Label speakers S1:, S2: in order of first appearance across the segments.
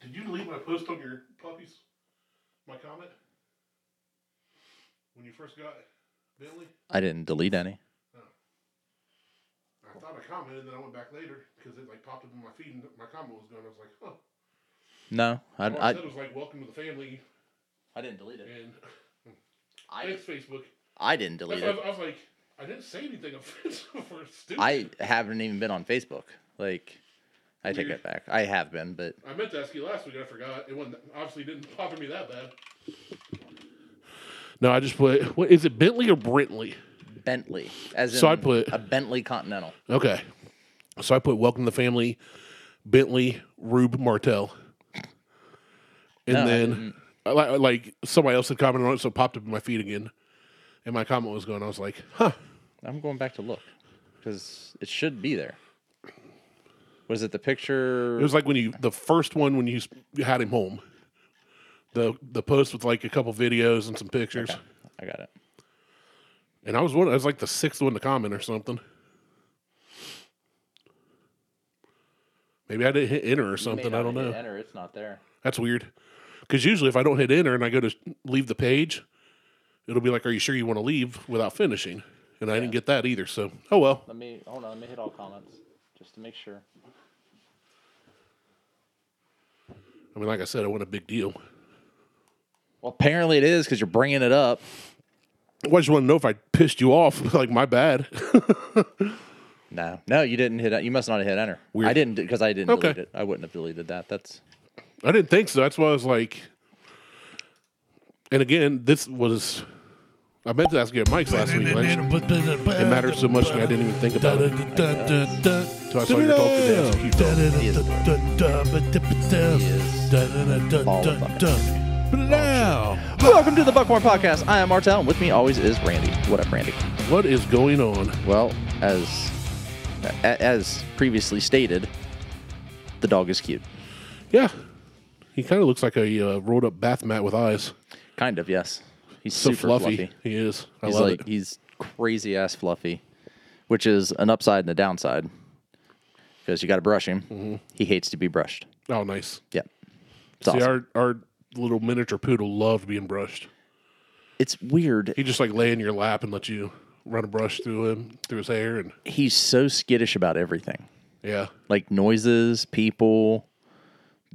S1: Did you delete my post on your puppies? My comment? When you first got Bentley?
S2: I didn't delete any.
S1: I thought I commented, then I went back later because it like popped up in my feed and my comment was gone. I was like, huh.
S2: No, I,
S1: All I,
S2: I,
S1: said was like, welcome to the family.
S2: I didn't delete
S1: And
S2: I,
S1: thanks, Facebook.
S2: I didn't
S1: That's
S2: delete
S1: why I
S2: it.
S1: was, I was like, I didn't say anything offensive or stupid.
S2: I haven't even been on Facebook. Like, I take
S1: Weird.
S2: that back. I have been, but
S1: I meant to ask you last week. I forgot. It wasn't obviously didn't bother me that bad. No, I just put. What is it, Bentley or Brentley?
S2: Bentley, as in
S1: So I put-
S2: a Bentley Continental.
S1: Okay, so I put "Welcome to the Family," Bentley Rube Martell, and
S2: No, I
S1: then
S2: didn't.
S1: I li- like somebody else had commented on it, so it popped up in my feed again, and my comment was going. I was like, "Huh."
S2: I'm going back to look because it should be there. Was it the picture?
S1: It was like when you the first one when you s- you had him home. The the post with like a couple videos and some pictures.
S2: I got it.
S1: And I was one. I was like the sixth one to comment or something. Maybe I didn't hit enter or something. I don't know.
S2: Enter, it's not there.
S1: That's weird. Because usually, if I don't hit enter and I go to leave the page, it'll be like, "Are you sure you want to leave?" without finishing. And I didn't get that either. So, oh well.
S2: Let me hold on. Let me hit all comments just to make sure.
S1: I mean, like I said, I want a big deal.
S2: Well, apparently it is because you're bringing it up.
S1: Well, I just want to know if I pissed you off. like my bad.
S2: No, no, you didn't hit. You must not have hit enter.
S1: Weird.
S2: I didn't because I didn't
S1: Okay.
S2: delete it. I wouldn't have deleted that. That's
S1: I didn't think so. That's why I was like. And again, this was. I meant to ask you at Mike's last week. Like,
S3: It
S1: it matters so much to me I didn't even think about it. So I saw your dog today. It was a cute dog.
S2: welcome to the Buckhorn Podcast. I am Martel, and with me always is Randy. What up, Randy?
S1: What is going on?
S2: Well, as a- as previously stated, the dog is cute.
S1: Yeah, he kind of looks like a uh, rolled up bath mat with eyes.
S2: Kind of, yes. He's
S1: So
S2: super
S1: fluffy.
S2: fluffy.
S1: he is. I
S2: He's
S1: love
S2: like
S1: it.
S2: he's crazy ass fluffy, which is an upside and a downside because you got to brush him. He hates to be brushed.
S1: oh, nice.
S2: Yeah, it's awesome.
S1: See, our our little miniature poodle loved being brushed.
S2: it's weird.
S1: He just like lay in your lap and let you run a brush through him through his hair and
S2: He's so skittish about everything,
S1: yeah.
S2: like noises, people,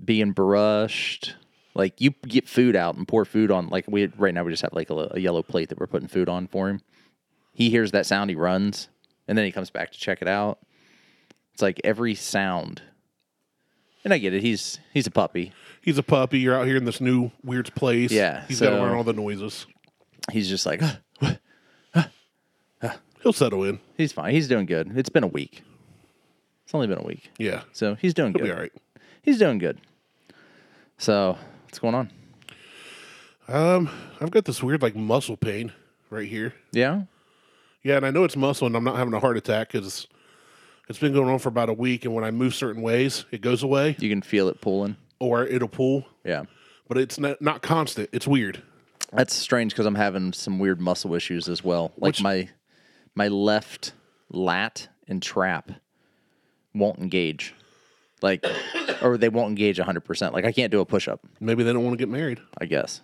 S2: being brushed. Like you get food out and pour food on. Like we right now, we just have like a, li- a yellow plate that we're putting food on for him. He hears that sound, he runs, and then he comes back to check it out. It's like every sound. And I get it. He's he's a puppy.
S1: He's a puppy. You're out here in this new weird place.
S2: Yeah,
S1: he's got to
S2: so-
S1: learn all the noises.
S2: he's just like
S1: He'll settle in.
S2: he's fine. He's doing good. It's been a week. It's only been a week,
S1: Yeah,
S2: so he's doing
S1: he'll
S2: good.
S1: be all right.
S2: He's doing good. So what's going on?
S1: Um, I've got this weird like muscle pain right here.
S2: Yeah,
S1: Yeah, and I know it's muscle, and I'm not having a heart attack because it's been going on for about a week. And when I move certain ways, it goes away,
S2: you can feel it pulling.
S1: or it'll pull.
S2: Yeah,
S1: But it's not not constant. It's weird.
S2: that's strange because I'm having some weird muscle issues as well. Like my my left lat and trap won't engage, like or they won't engage 100. percent Like I can't do a push up.
S1: Maybe they don't want to get married.
S2: I guess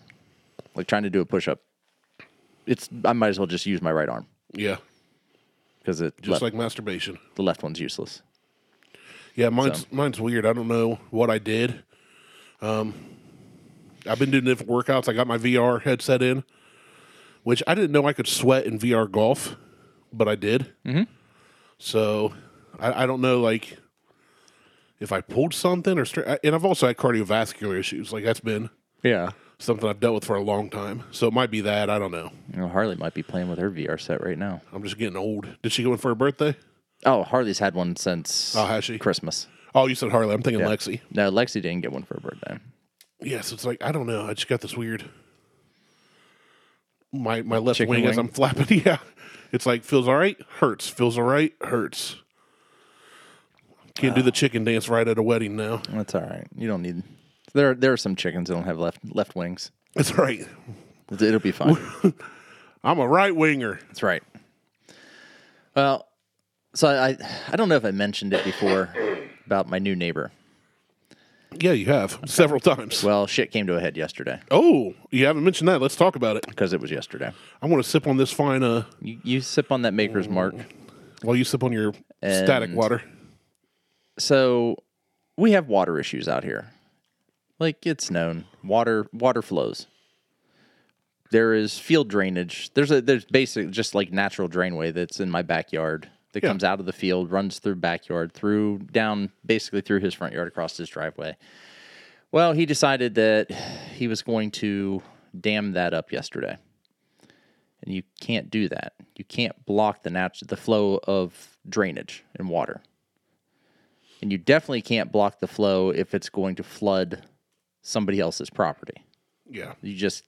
S2: like trying to do a push up. It's I might as well just use my right arm
S1: Yeah,
S2: because it
S1: just
S2: left-
S1: like masturbation.
S2: the left one's useless.
S1: Yeah, mine's mine's weird. I don't know what I did. Um, I've been doing different workouts. I got my VR headset in, which I didn't know I could sweat in VR golf, but I did. Mm-hmm. So I, I don't know, like if I pulled something or stra- and I've also had cardiovascular issues. Like that's been
S2: Yeah.
S1: something I've dealt with for a long time. So it might be that. I don't know.
S2: You know, Harley might be playing with her VR set right now.
S1: I'm just getting old. Did she get one for her birthday?
S2: Oh, Harley's had one since
S1: Oh, has she?
S2: Christmas.
S1: Oh, you said Harley. I'm thinking Lexi.
S2: No, Lexi didn't get one for her birthday.
S1: Yeah, so it's like I don't know. I just got this weird. My my left
S2: Chicken
S1: wing, as
S2: wing?
S1: I'm flapping, yeah, it's like feels all right, hurts. Feels all right, hurts. Can't do
S2: Ah.
S1: the chicken dance right at a wedding now.
S2: That's all right. You don't need. There, there are some chickens that don't have left left wings.
S1: That's right.
S2: It's- It'll be fine.
S1: I'm a right winger.
S2: That's right. Well, so I, I don't know if I mentioned it before about my new neighbor,
S1: Yeah, you have several times.
S2: Well, shit came to a head yesterday
S1: oh, you haven't mentioned that. Let's talk about it.
S2: because it was yesterday.
S1: I want to sip on this fine. Uh,
S2: You, you sip on that Maker's Mark.
S1: while you sip on your static
S2: And-
S1: water,
S2: So we have water issues out here. Like it's known, water water flows. There is field drainage. There's a there's basic just like natural drainway that's in my backyard that
S1: Yeah.
S2: comes out of the field, runs through backyard, through down basically through his front yard across his driveway. Well, he decided that he was going to dam that up yesterday. And you can't do that. You can't block the natu- the flow of drainage and water. And you definitely can't block the flow if it's going to flood somebody else's property.
S1: yeah.
S2: You just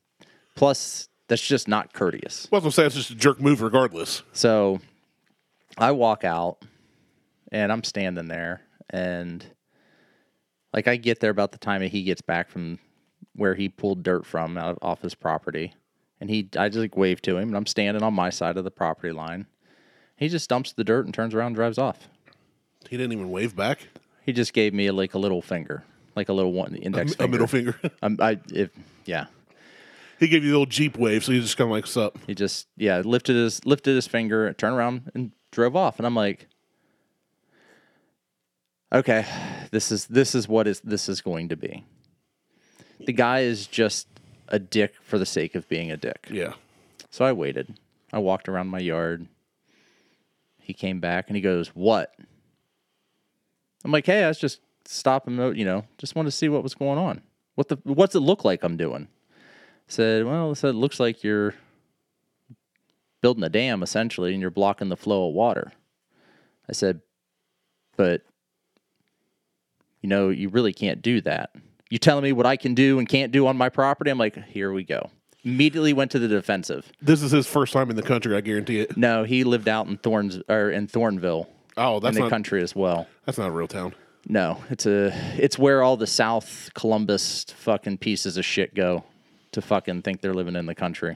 S2: plus that's just not courteous.
S1: Well, I was gonna say it's just a jerk move, regardless.
S2: So I walk out and I'm standing there and like I get there about the time that he gets back from where he pulled dirt from out of off his property. And he I just like wave to him and I'm standing on my side of the property line. He just dumps the dirt and turns around and drives off.
S1: He didn't even wave back.
S2: He just gave me like a little finger, like a little one index
S1: A
S2: finger.
S1: middle finger.
S2: Um, I if yeah,
S1: he gave you the little jeep wave, so you just kind of like, "Sup?"
S2: he just yeah lifted his lifted his finger, turned around and drove off, and I'm like, okay, this is this is what is this is going to be. The guy is just a dick for the sake of being a dick.
S1: Yeah.
S2: So I waited. I walked around my yard. He came back and he goes, "What?" I'm like, "Hey, I was just stopping, to- you know, just wanted to see what was going on. What the what's it look like I'm doing?" Said, "Well, it said it looks like you're building a dam essentially and you're blocking the flow of water." I said, "But you know, you really can't do that. You telling me what I can do and can't do on my property?" I'm like, "Here we go." Immediately went to the defensive.
S1: This is his first time in the country. I guarantee it.
S2: No, he lived out in Thorns or in Thornville
S1: Oh,
S2: in
S1: that's
S2: the
S1: not
S2: country as well.
S1: that's not a real town.
S2: No, it's a it's where all the South Columbus fucking pieces of shit go to fucking think they're living in the country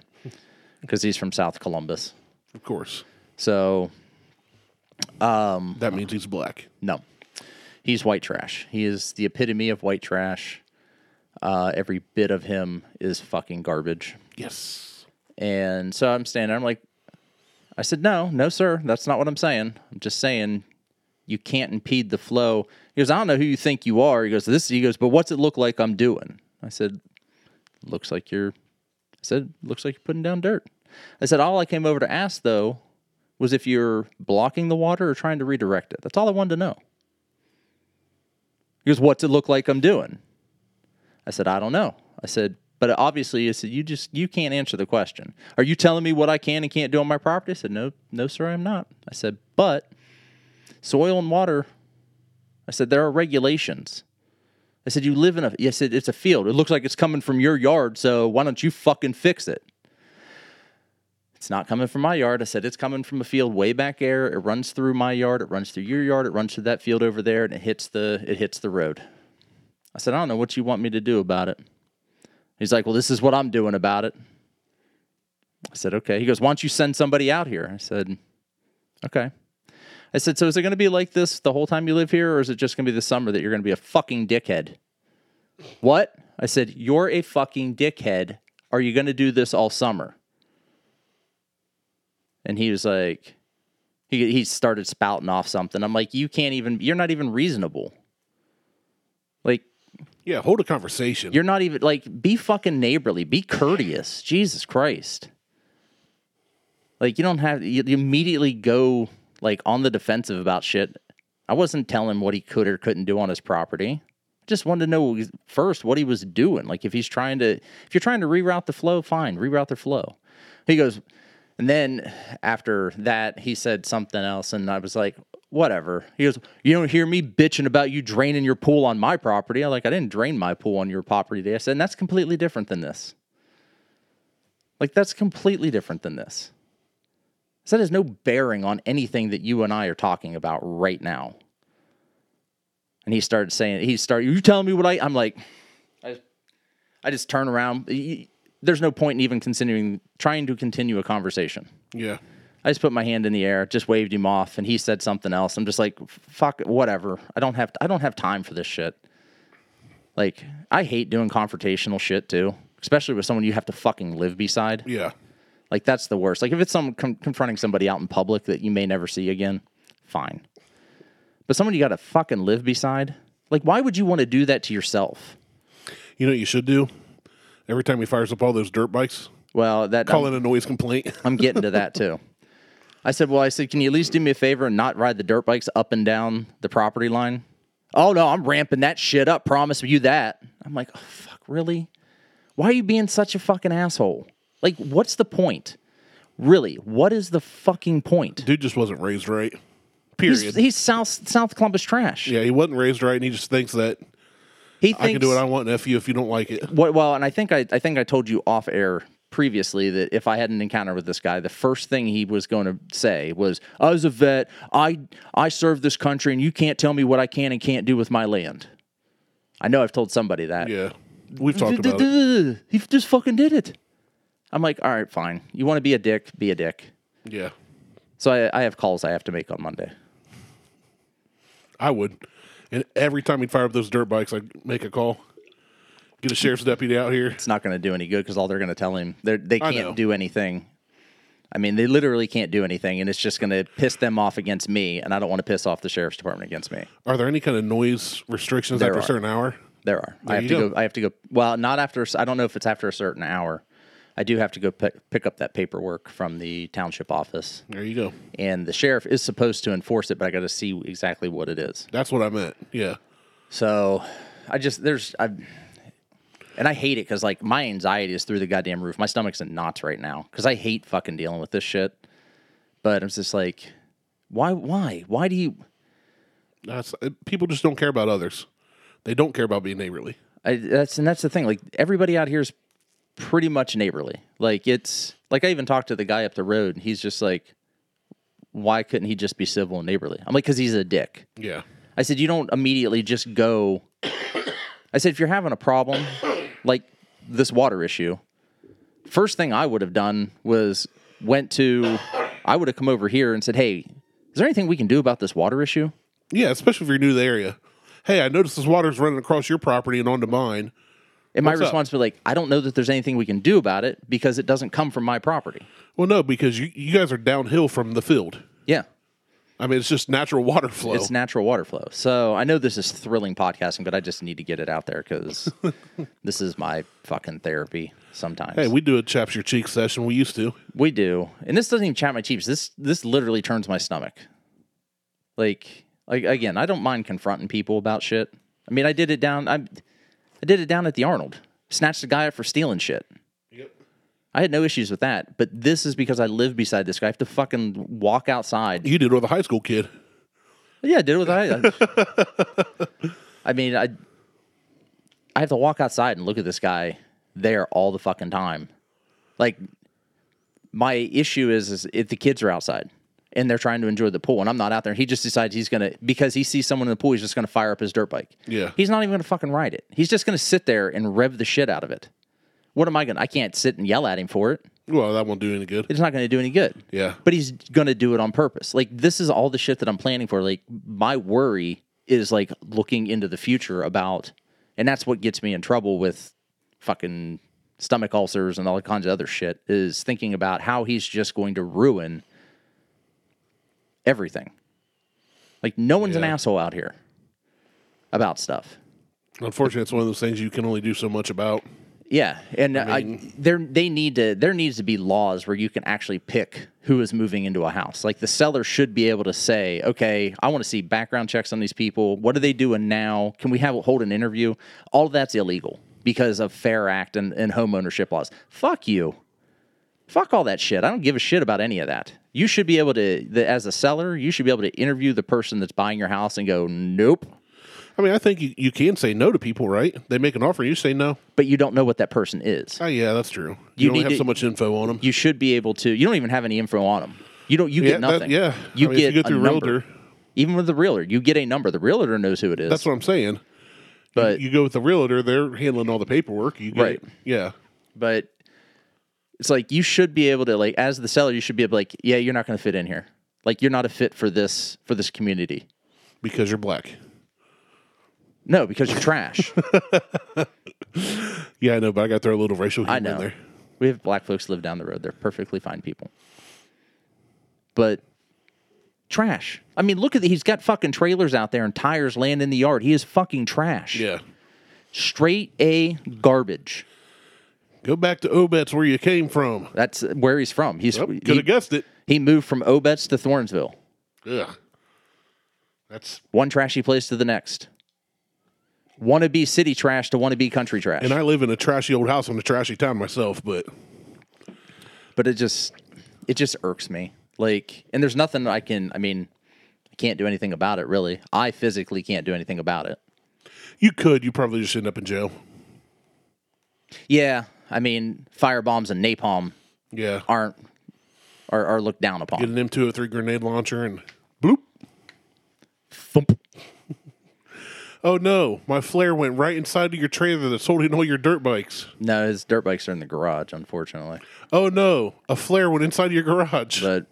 S2: because he's from South Columbus.
S1: Of course,
S2: So
S1: that means he's black.
S2: no, he's white trash. He is the epitome of white trash. Uh, every bit of him is fucking garbage.
S1: Yes.
S2: And so I'm standing there. I'm like, I said, no, no, sir. That's not what I'm saying. I'm just saying you can't impede the flow. He goes, I don't know who you think you are. He goes, this, he goes, but what's it look like I'm doing? I said, looks like you're, I said, looks like you're putting down dirt. I said, all I came over to ask though was if you're blocking the water or trying to redirect it. That's all I wanted to know. He goes, what's it look like I'm doing? I said, I don't know. I said, but obviously, I said, you just you can't answer the question. Are you telling me what I can and can't do on my property? I said, no, no, sir, I'm not. I said, but soil and water. I said there are regulations. I said you live in a. I said it's a field. It looks like it's coming from your yard, so why don't you fucking fix it? It's not coming from my yard. I said it's coming from a field way back there. It runs through my yard. It runs through your yard. It runs through that field over there, and it hits the it hits the road. I said, I don't know what you want me to do about it. He's like, Well, this is what I'm doing about it. I said, Okay. He goes, Why don't you send somebody out here? I said, Okay. I said, So is it going to be like this the whole time you live here, or is it just going to be the summer that you're going to be a fucking dickhead? What? I said, You're a fucking dickhead. Are you going to do this all summer? And he was like, he, he started spouting off something. I'm like, you can't even, you're not even reasonable. Like,
S1: Yeah. Hold a conversation.
S2: you're not even like be fucking neighborly, be courteous. Jesus Christ. Like you don't have you, you immediately go like on the defensive about shit. I wasn't telling him what he could or couldn't do on his property. Just wanted to know first what he was doing. Like if he's trying to if you're trying to reroute the flow, fine, reroute the flow. He goes and then after that he said something else and I was like whatever. He goes, "You don't hear me bitching about you draining your pool on my property." I like I didn't drain my pool on your property today. I said, "And that's completely different than this." Like that's completely different than this. So that has no bearing on anything that you and I are talking about right now. And he started saying, he started, you telling me what I, I'm like, I just, I just turn around. Y- There's no point in even continuing, trying to continue a conversation.
S1: yeah.
S2: I just put my hand in the air, just waved him off, and he said something else. I'm just like, fuck, whatever. I don't have, I don't have time for this shit. Like I hate doing confrontational shit too, especially with someone you have to fucking live beside.
S1: Yeah.
S2: Like that's the worst. Like if it's some com- confronting somebody out in public that you may never see again, fine. But someone you got to fucking live beside, like why would you want to do that to yourself?
S1: You know what you should do? Every time he fires up all those dirt bikes,
S2: Well, that
S1: call
S2: I'm,
S1: in a noise complaint.
S2: I'm getting to that too. I said, well, I said, can you at least do me a favor and not ride the dirt bikes up and down the property line? Oh no, I'm ramping that shit up. Promise you that. I'm like, oh, fuck, really? Why are you being such a fucking asshole? Like, what's the point? Really, what is the fucking point?
S1: Dude just wasn't raised right.
S2: He's,
S1: Period.
S2: he's South South Columbus trash.
S1: yeah, he wasn't raised right, and he just thinks that
S2: He thinks
S1: I can do what I want, and f you if you don't like it.
S2: what- well, and I think I, I think I told you off air previously that if I had an encounter with this guy, the first thing he was going to say was, "I was a vet. I I served this country, and you can't tell me what I can and can't do with my land." I know I've told somebody that.
S1: Yeah, we've talked about it.
S2: He just fucking did it. I'm like, all right, fine. You want to be a dick? Be a dick.
S1: Yeah,
S2: So I, I have calls I have to make on Monday.
S1: I would. And every time he'd fire up those dirt bikes, I'd make a call, get a sheriff's deputy out here.
S2: it's not going to do any good because all they're going to tell him they're, they
S1: I know.
S2: can't do anything. I mean, they literally can't do anything, and it's just going to piss them off against me, and I don't want to piss off the sheriff's department against me.
S1: Are there any kind of noise restrictions
S2: There
S1: after
S2: are.
S1: a certain hour?
S2: There are. I have
S1: you
S2: to
S1: go.
S2: go. I have to go. Well, not after. I don't know if it's after a certain hour. I do have to go pick, pick up that paperwork from the township office,
S1: There you go.
S2: and the sheriff is supposed to enforce it, but I got to see exactly what it is.
S1: That's what I meant. Yeah,
S2: So I just there's I and I hate it because like my anxiety is through the goddamn roof. My stomach's in knots right now because I hate fucking dealing with this shit. But I'm just like, why, why, why do you?
S1: that's uh, people just don't care about others. They don't care about being neighborly.
S2: I, that's and that's the thing. Like everybody out here is pretty much neighborly. Like it's like I even talked to the guy up the road, and he's just like, why couldn't he just be civil and neighborly? I'm like, because he's a dick.
S1: Yeah,
S2: I said, you don't immediately just go. I said, if you're having a problem, like this water issue, first thing I would have done was went to, I would have come over here and said, hey, is there anything we can do about this water issue?
S1: yeah. Especially if you're new to the area. Hey, I noticed this water's running across your property and onto mine.
S2: And my
S1: What's up?
S2: response would be like, I don't know that there's anything we can do about it because it doesn't come from my property.
S1: Well, no, because you, you guys are downhill from the field.
S2: Yeah.
S1: I mean, it's just natural water flow.
S2: It's natural water flow. So I know this is thrilling podcasting, but I just need to get it out there because this is my fucking therapy sometimes.
S1: hey, we do a chaps your cheek session. We used to.
S2: We do, and this doesn't even chat my cheeks. This this literally turns my stomach. Like, like again, I don't mind confronting people about shit. I mean, I did it down. I, I did it down at the Arnold. Snatched a guy up for stealing shit.
S1: Yep.
S2: I had no issues with that. But this is because I live beside this guy. I have to fucking walk outside.
S1: You did with a high school kid.
S2: Yeah, I did it with I. I mean, I. I have to walk outside and look at this guy there all the fucking time. Like my issue is, is if the kids are outside and they're trying to enjoy the pool and I'm not out there, he just decides he's gonna because he sees someone in the pool, he's just gonna fire up his dirt bike.
S1: Yeah.
S2: He's not even gonna fucking ride it. He's just gonna sit there and rev the shit out of it. What am I gonna I can't sit and yell at him for it.
S1: Well, that won't do any good.
S2: It's not gonna do any good.
S1: Yeah.
S2: But he's gonna do it on purpose. Like this is all the shit that I'm planning for. Like my worry is like looking into the future about and that's what gets me in trouble with fucking stomach ulcers and all kinds of other shit is thinking about how he's just going to ruin everything. Like no one's an
S1: Yeah.
S2: asshole out here about stuff.
S1: Unfortunately, it's one of those things you can only do so much about.
S2: Yeah, and uh, I, there they need to there needs to be laws where you can actually pick who is moving into a house. Like the seller should be able to say, "Okay, I want to see background checks on these people. What are they doing now? Can we have hold an interview?" All that's illegal because of Fair Act and and home ownership laws. Fuck you. Fuck all that shit. I don't give a shit about any of that. You should be able to the, as a seller, you should be able to interview the person that's buying your house and go, "Nope."
S1: I mean, I think you, you can say no to people, right? They make an offer, you say no.
S2: But you don't know what that person is.
S1: Oh, yeah, that's true. You,
S2: You
S1: don't
S2: need
S1: have
S2: to-
S1: so much info on them.
S2: you should be able to. You don't even have any info on them. You don't. You
S1: yeah,
S2: get nothing.
S1: That, yeah.
S2: you
S1: I mean,
S2: get
S1: if you go
S2: a
S1: through
S2: number.
S1: realtor.
S2: Even with the realtor, you get a number. The realtor knows who it is.
S1: That's what I'm saying.
S2: but
S1: You, you go with the realtor; they're handling all the paperwork. You get,
S2: Right.
S1: Yeah.
S2: but it's like you should be able to like as the seller, you should be able to, like, yeah, you're not going to fit in here. Like you're not a fit for this for this community.
S1: because you're black.
S2: No, because you're trash.
S1: Yeah, I know, but I got to throw a little racial humor
S2: I
S1: in
S2: know.
S1: there.
S2: We have black folks live down the road. They're perfectly fine people. But trash. I mean, look at the, he's got fucking trailers out there and tires land in the yard. He is fucking trash.
S1: Yeah.
S2: Straight A garbage.
S1: Go back to Obet's where you came from.
S2: That's where he's from. He's
S1: Could
S2: he,
S1: have guessed it.
S2: he moved from Obetz to Thornsville.
S1: Ugh. That's
S2: One trashy place to the next. Want to be city trash to want to be country trash.
S1: and I live in a trashy old house in a trashy town myself, but
S2: but it just it just irks me like and there's nothing i can i mean i can't do anything about it really i physically can't do anything about it
S1: you could. You probably just end up in jail.
S2: yeah i mean fire bombs and napalm
S1: Yeah.
S2: aren't are, are looked down upon
S1: Get an M two oh three grenade launcher and bloop.
S2: Thump.
S1: Oh no, my flare went right inside of your trailer that's holding all your dirt bikes.
S2: no his dirt bikes are in the garage unfortunately
S1: Oh no, a flare went inside of your garage.
S2: but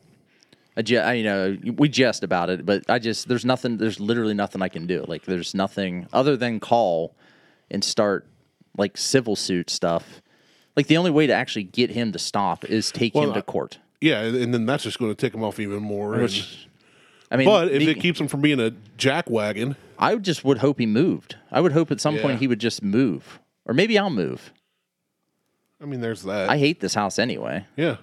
S2: I, ju- I you know we jest about it but i just there's nothing there's literally nothing i can do like there's nothing other than call and start like civil suit stuff like the only way to actually get him to stop is take him to
S1: I-
S2: court
S1: yeah, and and then that's just going to tick them off even more. and-
S2: i mean
S1: but if
S2: be-
S1: it keeps them from being a jackwagon,
S2: i would just would hope he moved i would hope at some
S1: Yeah.
S2: point he would just move or maybe i'll move
S1: I mean, there's that.
S2: i hate this house anyway
S1: yeah,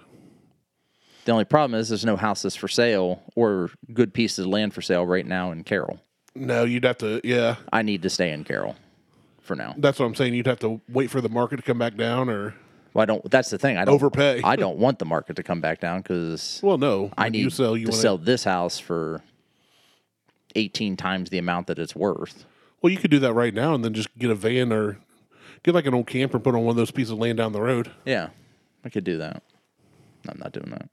S2: the only problem is there's no houses for sale or good pieces of land for sale right now in carroll
S1: no, you'd have to. Yeah,
S2: i need to stay in carroll for now
S1: that's what I'm saying. You'd have to wait for the market to come back down, or
S2: Well, I don't. That's the thing. I don't
S1: Overpay.
S2: I don't want the market to come back down because
S1: well, no,
S2: I
S1: when
S2: need
S1: you sell. You
S2: to
S1: want
S2: sell this house for eighteen times the amount that it's worth.
S1: Well, you could do that right now, and then just get a van or get like an old camper and put on one of those pieces of land down the road.
S2: Yeah, I could do that. I'm not doing that.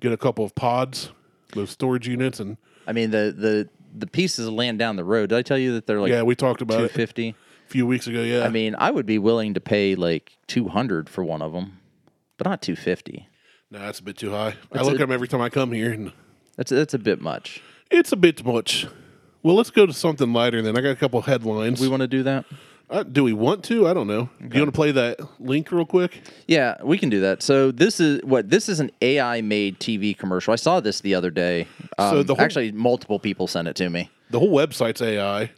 S1: Get a couple of pods, those storage units, and
S2: I mean the the the pieces of land down the road. Did I tell you that they're like
S1: yeah, we talked about
S2: two
S1: it
S2: fifty?
S1: a few weeks ago. Yeah,
S2: I mean, I would be willing to pay like two hundred for one of them, but not two fifty.
S1: no, that's a bit too high. I look at
S2: a-
S1: them every time I come here, and
S2: That's that's a bit much.
S1: it's a bit too much. Well, let's go to something lighter. Then I got a couple headlines.
S2: We want to do that.
S1: uh, do we want to? I don't know. Do you want to play that link real quick?
S2: Yeah, we can do that. So this is what this is an AI made TV commercial. I saw this the other day. Um,
S1: So the whole-
S2: actually multiple people sent it to me.
S1: the whole website's AI.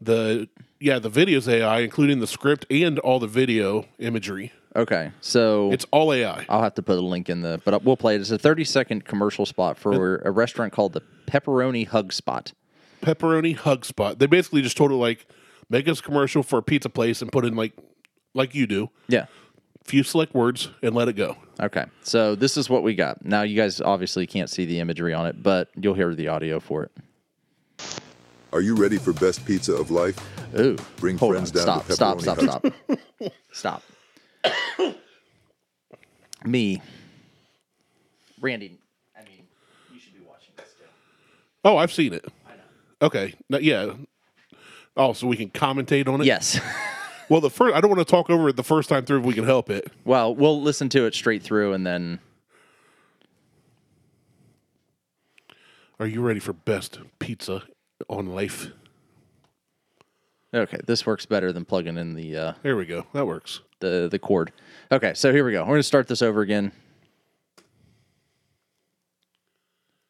S1: The yeah, the video's AI, including the script and all the video imagery.
S2: Okay, so
S1: It's all AI.
S2: I'll have to put a link in the, but we'll play it. It's a thirty second commercial spot for a restaurant called the Pepperoni Hug Spot.
S1: Pepperoni hug spot. They basically just told it like make us a commercial for a pizza place and put in like like you do,
S2: Yeah.
S1: few select words and let it go.
S2: Okay, so this is what we got. Now you guys obviously can't see the imagery on it, but you'll hear the audio for it.
S3: Are you ready for best pizza of life?
S2: Ooh,
S3: Bring friends down
S2: stop,
S3: to
S2: stop,
S3: Pepperoni
S2: stop,
S3: Hut.
S2: stop, stop. Me, Randy. I mean, you should be watching this too.
S1: Oh, I've seen it. Okay. Now, yeah. Oh, so we can commentate on it.
S2: Yes.
S1: Well, the first I don't want to talk over it the first time through if we can help it.
S2: well, we'll listen to it straight through, and then
S1: Are you ready for best pizza on life?
S2: okay, this works better than plugging in the uh,
S1: There we go. That works.
S2: the the cord. Okay, so here we go. We're gonna start this over again.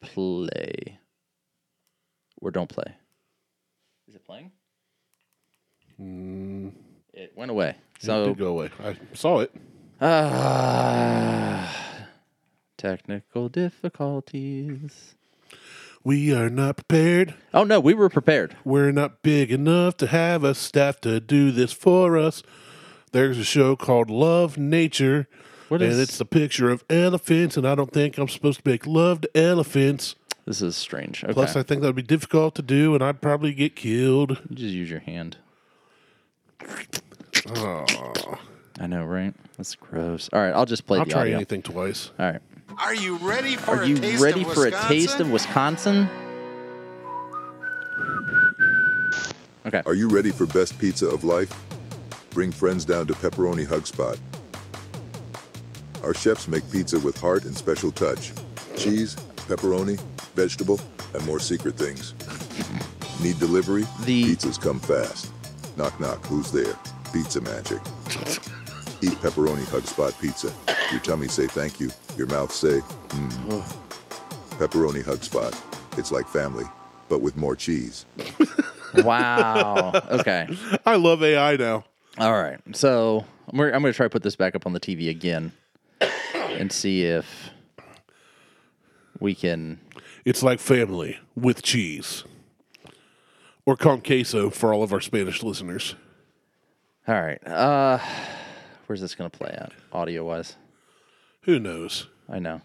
S2: Play, or don't play. Is it playing? It went away.
S1: Mm. It
S2: So
S1: did go away. I saw it.
S2: ah, technical difficulties.
S1: We are not prepared.
S2: Oh no, we were prepared.
S1: We're not big enough to have a staff to do this for us. There's a show called Love Nature,
S2: What
S1: and
S2: is-
S1: it's a picture of elephants, and I don't think I'm supposed to make love to elephants.
S2: This is strange. Okay,
S1: Plus, I think that would be difficult to do, and I'd probably get killed.
S2: You just use your hand. I know, right? That's gross. All right, I'll just play
S1: I'll
S2: the
S1: try
S2: audio.
S1: anything twice.
S2: All right.
S4: Are you ready for
S2: Are
S4: a
S2: you
S4: taste
S2: ready
S4: of
S2: for a taste of
S4: Wisconsin?
S2: Wisconsin? Okay.
S3: Are you ready for best pizza of life? Bring friends down to Pepperoni Hug Spot. Our chefs make pizza with heart and special touch. Cheese, pepperoni, vegetable, and more secret things. Need delivery?
S2: The-
S3: Pizzas come fast. Knock knock, who's there? Pizza magic. Eat pepperoni hug spot pizza. Your tummy say thank you. Your mouth say, mmm. Pepperoni hug spot. It's like family, but with more cheese.
S2: Wow. okay.
S1: I love AI now.
S2: All right. So I'm gonna, I'm gonna try to put this back up on the TV again and see if we can.
S1: It's like family with cheese. Or con queso for all of our Spanish listeners.
S2: All right. Uh, where's this gonna play at audio wise?
S1: Who knows?
S2: I know.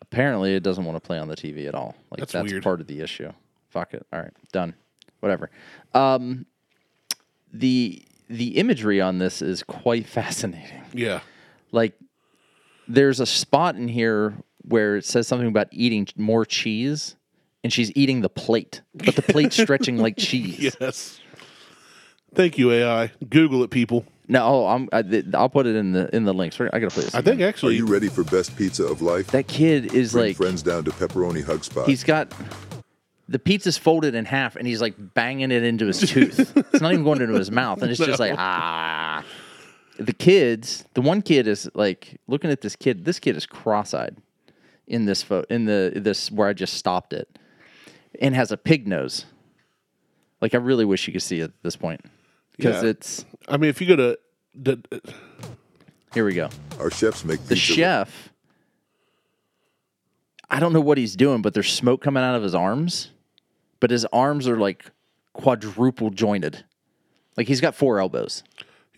S2: Apparently, it doesn't want to play on the TV at all. Like
S1: That's
S2: that's,
S1: weird.
S2: part of the issue. Fuck it. All right, done. Whatever. Um, the the imagery on this is quite fascinating.
S1: Yeah.
S2: Like, there's a spot in here where it says something about eating more cheese, and she's eating the plate, but the plate's stretching like cheese.
S1: Yes. Thank you, AI. Google it, people.
S2: No, oh, I'm. I, th- I'll put it in the in the links. We're- I gotta play this.
S1: I think
S3: Are
S1: actually
S3: you ready for best pizza of life?
S2: that kid is
S3: Bring
S2: like
S3: friends down to pepperoni hug spot.
S2: He's got the pizza's folded in half, and he's like banging it into his tooth. it's not even going into his mouth, and it's just like ah. The kids, the one kid is like looking at this kid. This kid is cross-eyed in this photo, in the this where I just stopped it, and has a pig nose. Like I really wish you could see it at this point because
S1: Yeah.
S2: it's
S1: I mean if you go to the,
S2: here we go.
S3: Our chefs make
S2: the
S3: pizza. with-
S2: chef i don't know what he's doing but there's smoke coming out of his arms but his arms are like quadruple jointed like he's got four elbows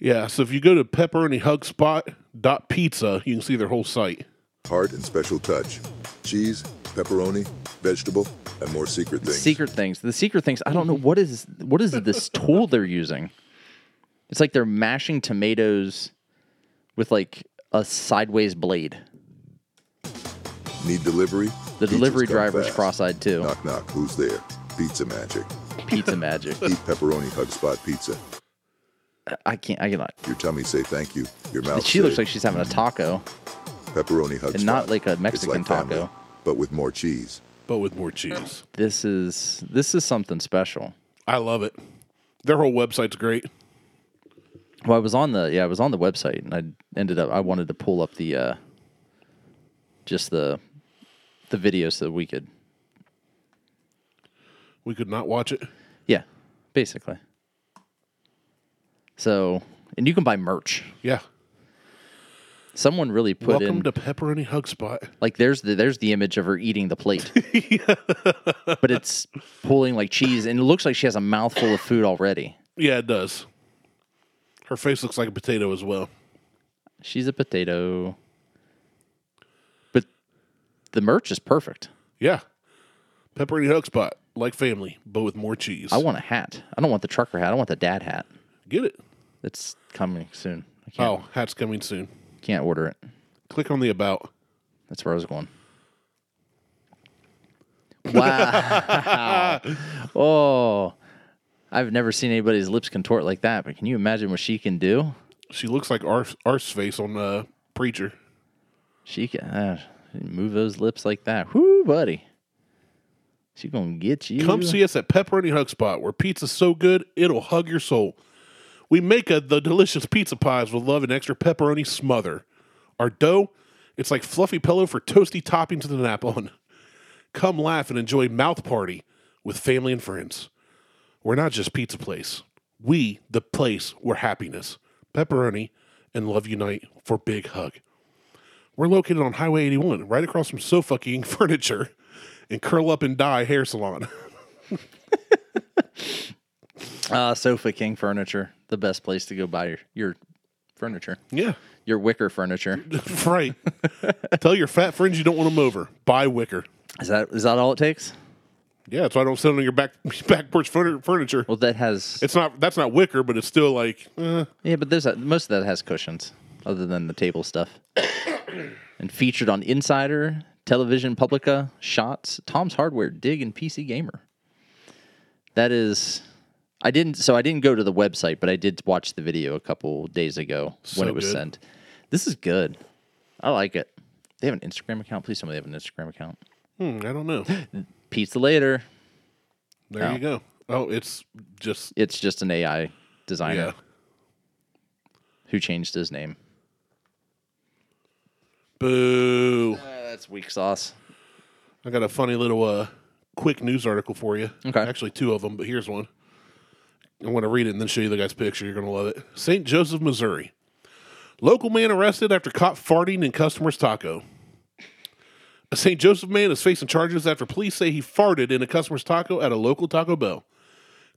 S1: yeah, so if you go to pepperoniHugspot.pizza, you can see their whole site.
S3: heart and special touch. Cheese, pepperoni, vegetable, and more secret things.
S2: secret things the secret things i don't know what is what is this tool they're using it's like they're mashing tomatoes with like a sideways blade
S3: Need delivery?
S2: the
S3: Pizzas
S2: delivery
S3: come
S2: driver's
S3: fast.
S2: cross-eyed too
S3: Knock knock, who's there? Pizza magic.
S2: pizza magic
S3: Eat pepperoni hug spot pizza.
S2: i can't i cannot
S3: Your tummy say thank you. Your mouth
S2: she
S3: say
S2: looks like she's having a taco
S3: pepperoni hug
S2: and
S3: spot.
S2: not like a
S3: It's
S2: mexican
S3: like family,
S2: taco
S3: but with more cheese.
S1: But with more cheese.
S2: this is this is something special.
S1: I love it. Their whole website's great.
S2: Well, I was on the yeah, I was on the website, and I ended up I wanted to pull up the uh, just the the video so that we could
S1: We could not watch it.
S2: yeah, basically. So, and you can buy merch.
S1: Yeah.
S2: Someone really put
S1: Welcome
S2: in
S1: to Pepperoni Hug Spot.
S2: like there's the there's the image of her eating the plate, but it's pulling like cheese, and it looks like she has a mouthful of food already.
S1: Yeah, it does. Her face looks like a potato as well.
S2: She's a potato, but the merch is perfect.
S1: Yeah. Pepperoni Hug Spot, like family, but with more cheese.
S2: I want a hat. I don't want the trucker hat. I want the dad hat.
S1: Get it.
S2: It's coming soon. I can't,
S1: Oh, hat's coming soon.
S2: can't order it.
S1: Click on the about.
S2: That's where I was going. Wow. oh. I've never seen anybody's lips contort like that, but can you imagine what she can do?
S1: She looks like Arse, Arse face on uh, Preacher.
S2: She can uh, move those lips like that. Whoo, buddy. She gonna get you.
S1: Come see us at Pepperoni Hug Spot, where pizza's so good it'll hug your soul. We make a, the delicious pizza pies with love and extra pepperoni smother. Our dough, it's like fluffy pillow for toasty toppings to nap on. Come laugh and enjoy mouth party with family and friends. We're not just pizza place. We the place where happiness, pepperoni, and love unite for big hug. We're located on Highway 81, right across from Sofa King Furniture and Curl Up and Die Hair Salon.
S2: uh, Sofa King Furniture, the best place to go buy your, your furniture,
S1: Yeah.
S2: your wicker furniture.
S1: Right. Tell your fat friends you don't want them over. Buy wicker.
S2: Is that is that all it takes?
S1: Yeah, that's why I don't sit on your back back porch furni- furniture.
S2: Well, that has
S1: It's not that's not wicker, but it's still like eh,
S2: yeah, but there's a, most of that has cushions, other than the table stuff. and featured on Insider, Television Publica, Shots, Tom's Hardware, Dig, and PC Gamer. That is, I didn't. So I didn't go to the website, but I did watch the video a couple days ago when it was
S1: good.
S2: sent. This is good. I like it. They have an Instagram account. Please, somebody have an Instagram account.
S1: hmm, I don't know.
S2: Pizza later.
S1: There you go. Oh, it's just
S2: It's just an AI designer
S1: yeah.
S2: who changed his name.
S1: Boo.
S2: Uh, that's weak sauce.
S1: I got a funny little uh, quick news article for you.
S2: Okay.
S1: Actually, two of them, but here's one. I want to read it and then show you the guy's picture. You're going to love it. St. Joseph, Missouri. Local man arrested after caught farting in customer's taco. A St. Joseph man is facing charges after police say he farted in a customer's taco at a local Taco Bell.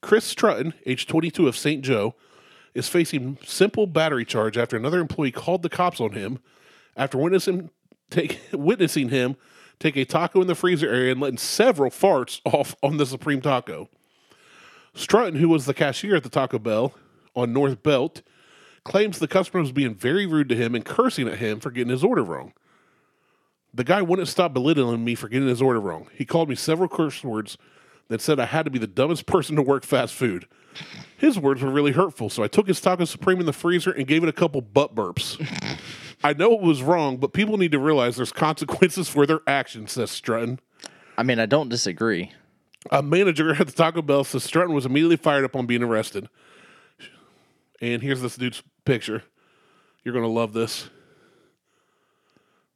S1: Chris Trutton, age 22 of St. Joe, is facing simple battery charge after another employee called the cops on him after witnessing, take, witnessing him take a taco in the freezer area and letting several farts off on the Supreme Taco. Strutton, who was the cashier at the Taco Bell on North Belt, claims the customer was being very rude to him and cursing at him for getting his order wrong. The guy wouldn't stop belittling me for getting his order wrong. He called me several curse words that said I had to be the dumbest person to work fast food. His words were really hurtful, so I took his Taco Supreme in the freezer and gave it a couple butt burps. I know it was wrong, but people need to realize there's consequences for their actions, says Strutton.
S2: I mean, I don't disagree.
S1: A manager at the Taco Bell says Strutton was immediately fired up on being arrested. And here's this dude's picture. You're gonna love this.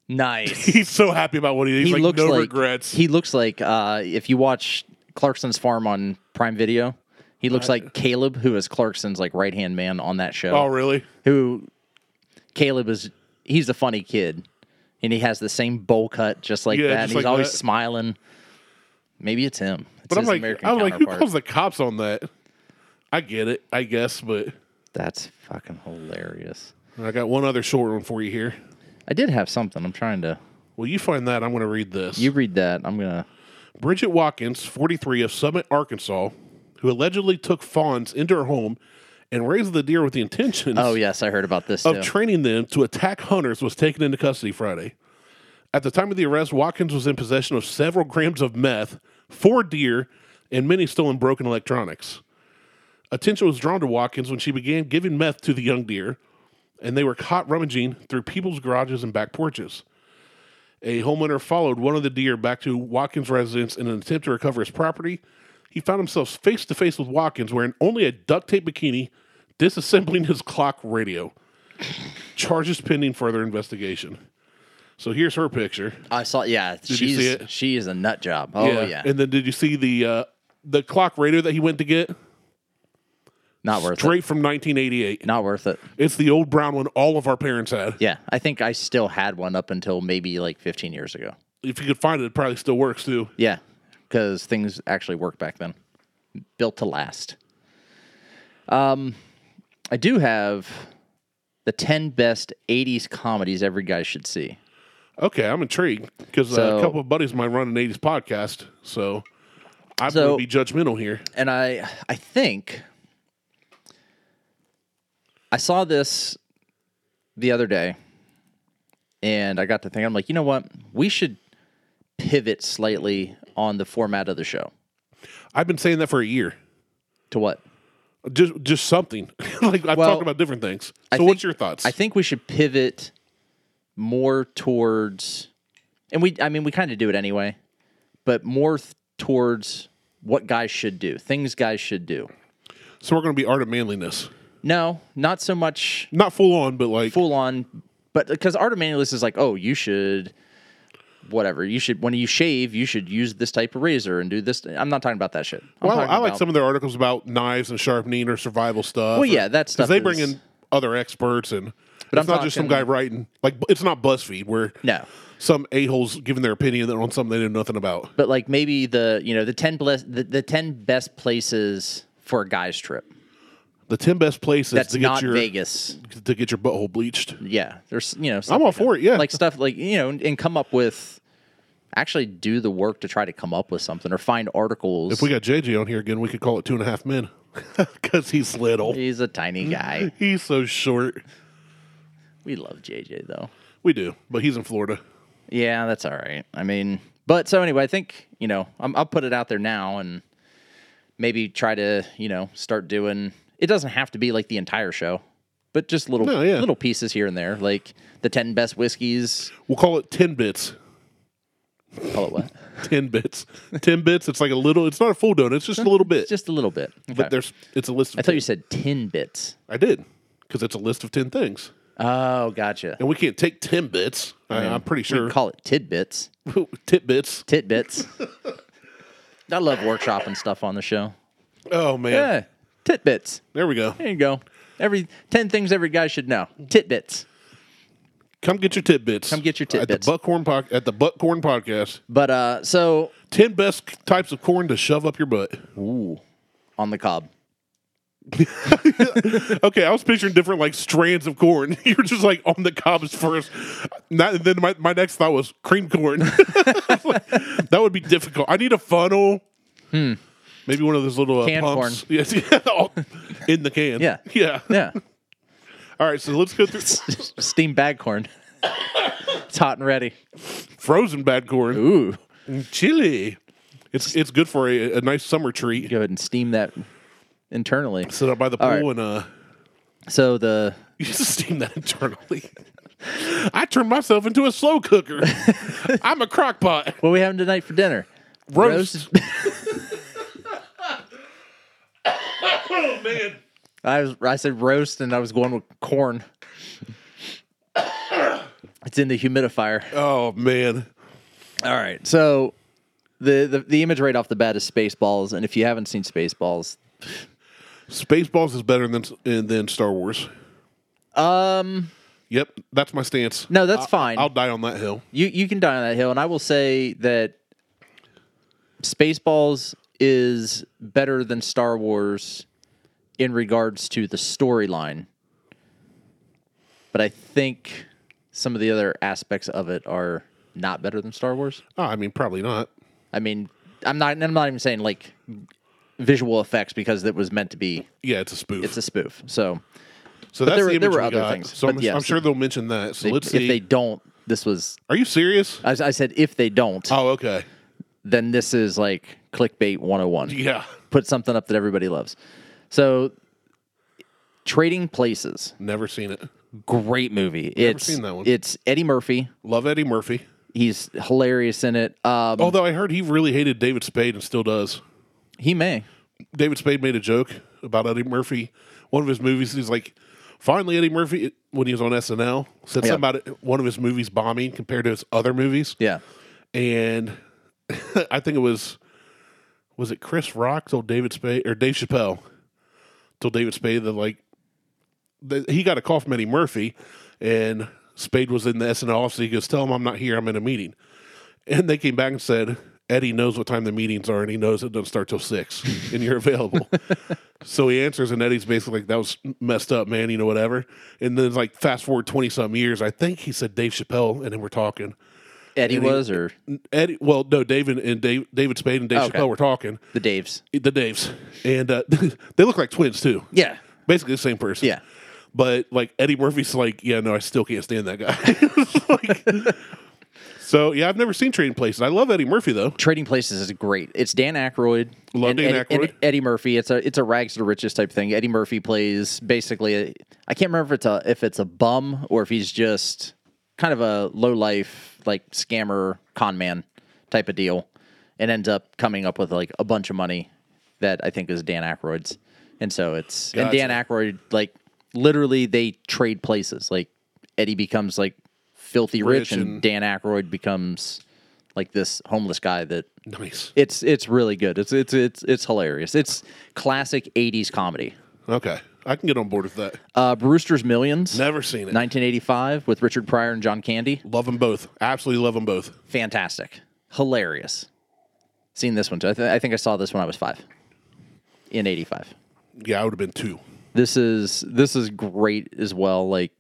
S2: Nice.
S1: He's so happy about what he did. He's
S2: he
S1: like
S2: looks
S1: no
S2: like
S1: regrets.
S2: he looks like uh, if you watch Clarkson's Farm on Prime Video, he looks like Caleb, who is Clarkson's like right hand man on that show.
S1: Uh, oh really?
S2: Who Caleb is? He's a funny kid, and he has the same bowl cut just like
S1: Yeah,
S2: that.
S1: just
S2: and he's
S1: like
S2: always
S1: that.
S2: smiling. Maybe it's him. It's
S1: But I'm
S2: his
S1: like
S2: American
S1: I'm like, who
S2: counterpart.
S1: calls the cops on that? I get it, I guess, but
S2: That's fucking hilarious.
S1: I got one other short one for you here.
S2: I did have something. I'm trying to.
S1: Well, you find that I'm gonna read this.
S2: You read that. I'm gonna.
S1: Bridget Watkins, 43, of Summit, Arkansas, who allegedly took fawns into her home and raised the deer with the intentions
S2: Oh yes, I heard about this
S1: of
S2: too.
S1: training them to attack hunters, was taken into custody Friday. At the time of the arrest, Watkins was in possession of several grams of meth, four deer, and many stolen broken electronics. Attention was drawn to Watkins when she began giving meth to the young deer, and they were caught rummaging through people's garages and back porches. A homeowner followed one of the deer back to Watkins' residence in an attempt to recover his property. He found himself face to face with Watkins wearing only a duct tape bikini, disassembling his clock radio. Charges pending further investigation. So here's her picture.
S2: I saw. Yeah,
S1: you
S2: she's
S1: see it?
S2: she is a nut job. Oh yeah,
S1: And then did you see the uh, the clock radio that he went to get?
S2: not worth
S1: Straight from 1988.
S2: it. Not worth it.
S1: It's the old brown one all of our parents had.
S2: Yeah, I think I still had one up until maybe like 15 years ago.
S1: If you could find it, it probably still works too.
S2: Yeah, because things actually worked back then. Built to last. Um, I do have the 10 best 80s comedies every guy should see.
S1: Okay, I'm intrigued because uh,
S2: So-
S1: a couple of buddies of mine run an 80s podcast, so I'm
S2: So-
S1: going to be judgmental here.
S2: and I I think I saw this the other day and I got to think I'm like, you know what? We should pivot slightly on the format of the show.
S1: I've been saying that for a year.
S2: To what?
S1: Just just something. like I've
S2: Well,
S1: talked about different things. So
S2: I
S1: what's
S2: think-
S1: your thoughts?
S2: I think we should pivot more towards and we I mean we kind of do it anyway, but more th- towards what guys should do, things guys should do.
S1: so we're going to be art of manliness.
S2: No, not so much
S1: Not full on, but like
S2: full on, but because Art of Manualist is like, oh, you should, whatever, you should when you shave, you should use this type of razor and do this. I'm not talking about that shit. I'm
S1: Well, I
S2: talking
S1: like
S2: about-
S1: some of their articles about knives and sharpening or survival stuff.
S2: Well, yeah, that stuff
S1: because they bring
S2: is-
S1: in other experts and
S2: But
S1: it's
S2: I'm
S1: not just some guy
S2: talking-
S1: writing. Like it's not BuzzFeed where
S2: No.
S1: some a holes giving their opinion on something they know nothing about.
S2: but like maybe the you know the ten bless the, the ten best places for a guy's trip.
S1: The ten best places
S2: That's
S1: to get
S2: not
S1: your
S2: Vegas.
S1: to get your butthole bleached.
S2: Yeah, there's you know stuff
S1: I'm all
S2: like that.
S1: for it. Yeah,
S2: like stuff like you know and, and come up with actually do the work to try to come up with something or find articles.
S1: if we got JJ on here again, we could call it two and a half men because he's little.
S2: He's a tiny
S1: Mm.
S2: guy.
S1: He's so short.
S2: We love JJ though.
S1: We do, but he's in Florida.
S2: Yeah, that's all right. I mean, but so anyway, I think you know I'm, I'll put it out there now and maybe try to you know start doing. It doesn't have to be like the entire show, but just little
S1: No, yeah.
S2: little pieces here and there, like the ten best whiskeys.
S1: We'll call it ten bits.
S2: Call it what?
S1: Ten bits. Ten bits. It's like a little. It's not a full donut. It's just a little bit.
S2: Just a little bit. Okay.
S1: but there's. It's a list. Of
S2: I thought you said ten bits.
S1: I did because it's a list of ten things,
S2: Oh, gotcha.
S1: and we can't take ten bits. I I'm pretty
S2: We
S1: sure.
S2: call it tidbits,
S1: Tidbits.
S2: titbits. I love workshopping stuff on the show.
S1: Oh man.
S2: Yeah, titbits.
S1: There we go.
S2: There you go. Every ten things every guy should know. Titbits.
S1: Come get your tidbits.
S2: Come get your
S1: At
S2: tidbits.
S1: the Buckhorn po- at the Buckhorn podcast.
S2: But uh, so
S1: Ten best c- types of corn to shove up your butt.
S2: ooh, on the cob.
S1: Okay, I was picturing different like strands of corn. You're just like on the cobs first. Not, and then my, my next thought was cream corn. that would be difficult. I need a funnel. Maybe one of those little uh,
S2: Hmm. Canned
S1: pumps. Yes, yeah, all in the can.
S2: Yeah.
S1: yeah,
S2: Yeah,
S1: All right, so let's go through
S2: steamed bag corn. it's hot and ready.
S1: frozen bad corn.
S2: Ooh,
S1: Chili. It's it's good for a, a nice summer treat.
S2: go ahead and steam that internally.
S1: Sit up by the pool
S2: All right.
S1: and uh,
S2: So the
S1: You just steam that internally. I turned myself into a slow cooker. I'm a crock pot.
S2: what are we having tonight for dinner?
S1: Roast. Oh,
S2: I was I said roast and I was going with corn. it's in the humidifier.
S1: Oh man.
S2: All right. So the, the the image right off the bat is Spaceballs, and if you haven't seen Spaceballs,
S1: Spaceballs is better than than Star Wars.
S2: um,
S1: Yep, that's my stance.
S2: no, that's fine.
S1: I'll die on that hill.
S2: you you can die on that hill, and I will say that Spaceballs is better than Star Wars in regards to the storyline, but I think some of the other aspects of it are not better than Star Wars.
S1: Oh, I mean, probably not.
S2: I mean, I'm not. and I'm not even saying like visual effects because it was meant to be.
S1: Yeah, it's a spoof.
S2: It's a spoof. So
S1: so that's the
S2: there were-
S1: image
S2: there were
S1: we
S2: other
S1: got.
S2: things,
S1: So
S2: but
S1: I'm,
S2: yes.
S1: I'm sure they'll mention that. So
S2: they-
S1: let's
S2: if
S1: see.
S2: they Uh, don't, this was.
S1: Are you serious?
S2: I, I said if they don't,
S1: Oh, okay.
S2: then this is like clickbait 101.
S1: Yeah.
S2: Put something up that everybody loves. So trading places,
S1: Never seen it.
S2: great movie. it's
S1: seen that one.
S2: it's Eddie Murphy.
S1: Love Eddie Murphy.
S2: He's hilarious in it. Um,
S1: Although I heard he really hated David Spade and still does.
S2: He may.
S1: David Spade made a joke about Eddie Murphy. One of his movies, he's like, finally, Eddie Murphy, when he was on SNL, said
S2: Oh,
S1: something
S2: Yeah.
S1: about it, one of his movies bombing compared to his other movies.
S2: Yeah.
S1: And I think it was, was it Chris Rock told David Spade or Dave Chappelle told David Spade that, like, that he got a call from Eddie Murphy and Spade was in the SNL office. He goes, Tell him I'm not here. I'm in a meeting. And they came back and said, Eddie knows what time the meetings are and he knows it doesn't start till six and you're available. so he answers and Eddie's basically like, That was messed up, man, you know, whatever. And then like fast forward twenty some years, I think he said Dave Chappelle and then we're talking.
S2: Eddie was or
S1: Eddie well, no, David and Dave David Spade and Dave
S2: Oh, Okay.
S1: Chappelle were talking.
S2: the Daves.
S1: The Daves. And uh, they look like twins too.
S2: Yeah.
S1: Basically the same person.
S2: Yeah.
S1: But like Eddie Murphy's like, yeah, no, I still can't stand that guy. It's like- so yeah, I've never seen Trading Places. I love Eddie Murphy though.
S2: Trading Places is great. It's Dan Aykroyd.
S1: Love
S2: and
S1: Dan
S2: Eddie, and
S1: Aykroyd.
S2: Eddie Murphy. It's a it's a rags to riches type thing. Eddie Murphy plays basically. A, I can't remember if it's a if it's a bum or if he's just kind of a low life like scammer con man type of deal, and ends up coming up with like a bunch of money that I think is Dan Aykroyd's. And so it's
S1: Gotcha.
S2: and Dan Aykroyd like literally they trade places. Like Eddie becomes like filthy
S1: Rich
S2: rich, and
S1: and-
S2: Dan Aykroyd becomes like this homeless guy that
S1: Nice.
S2: it's it's really good. It's it's it's it's hilarious. It's classic '80s comedy.
S1: Okay. I can get on board with that.
S2: Uh, Brewster's Millions,
S1: Never seen it.
S2: 1985, with Richard Pryor and John Candy.
S1: Love them both. Absolutely love them both.
S2: Fantastic, hilarious. Seen this one too. I, th- I think I saw this when I was five, in '85.
S1: Yeah, I would have been two.
S2: This is this is great as well. Like,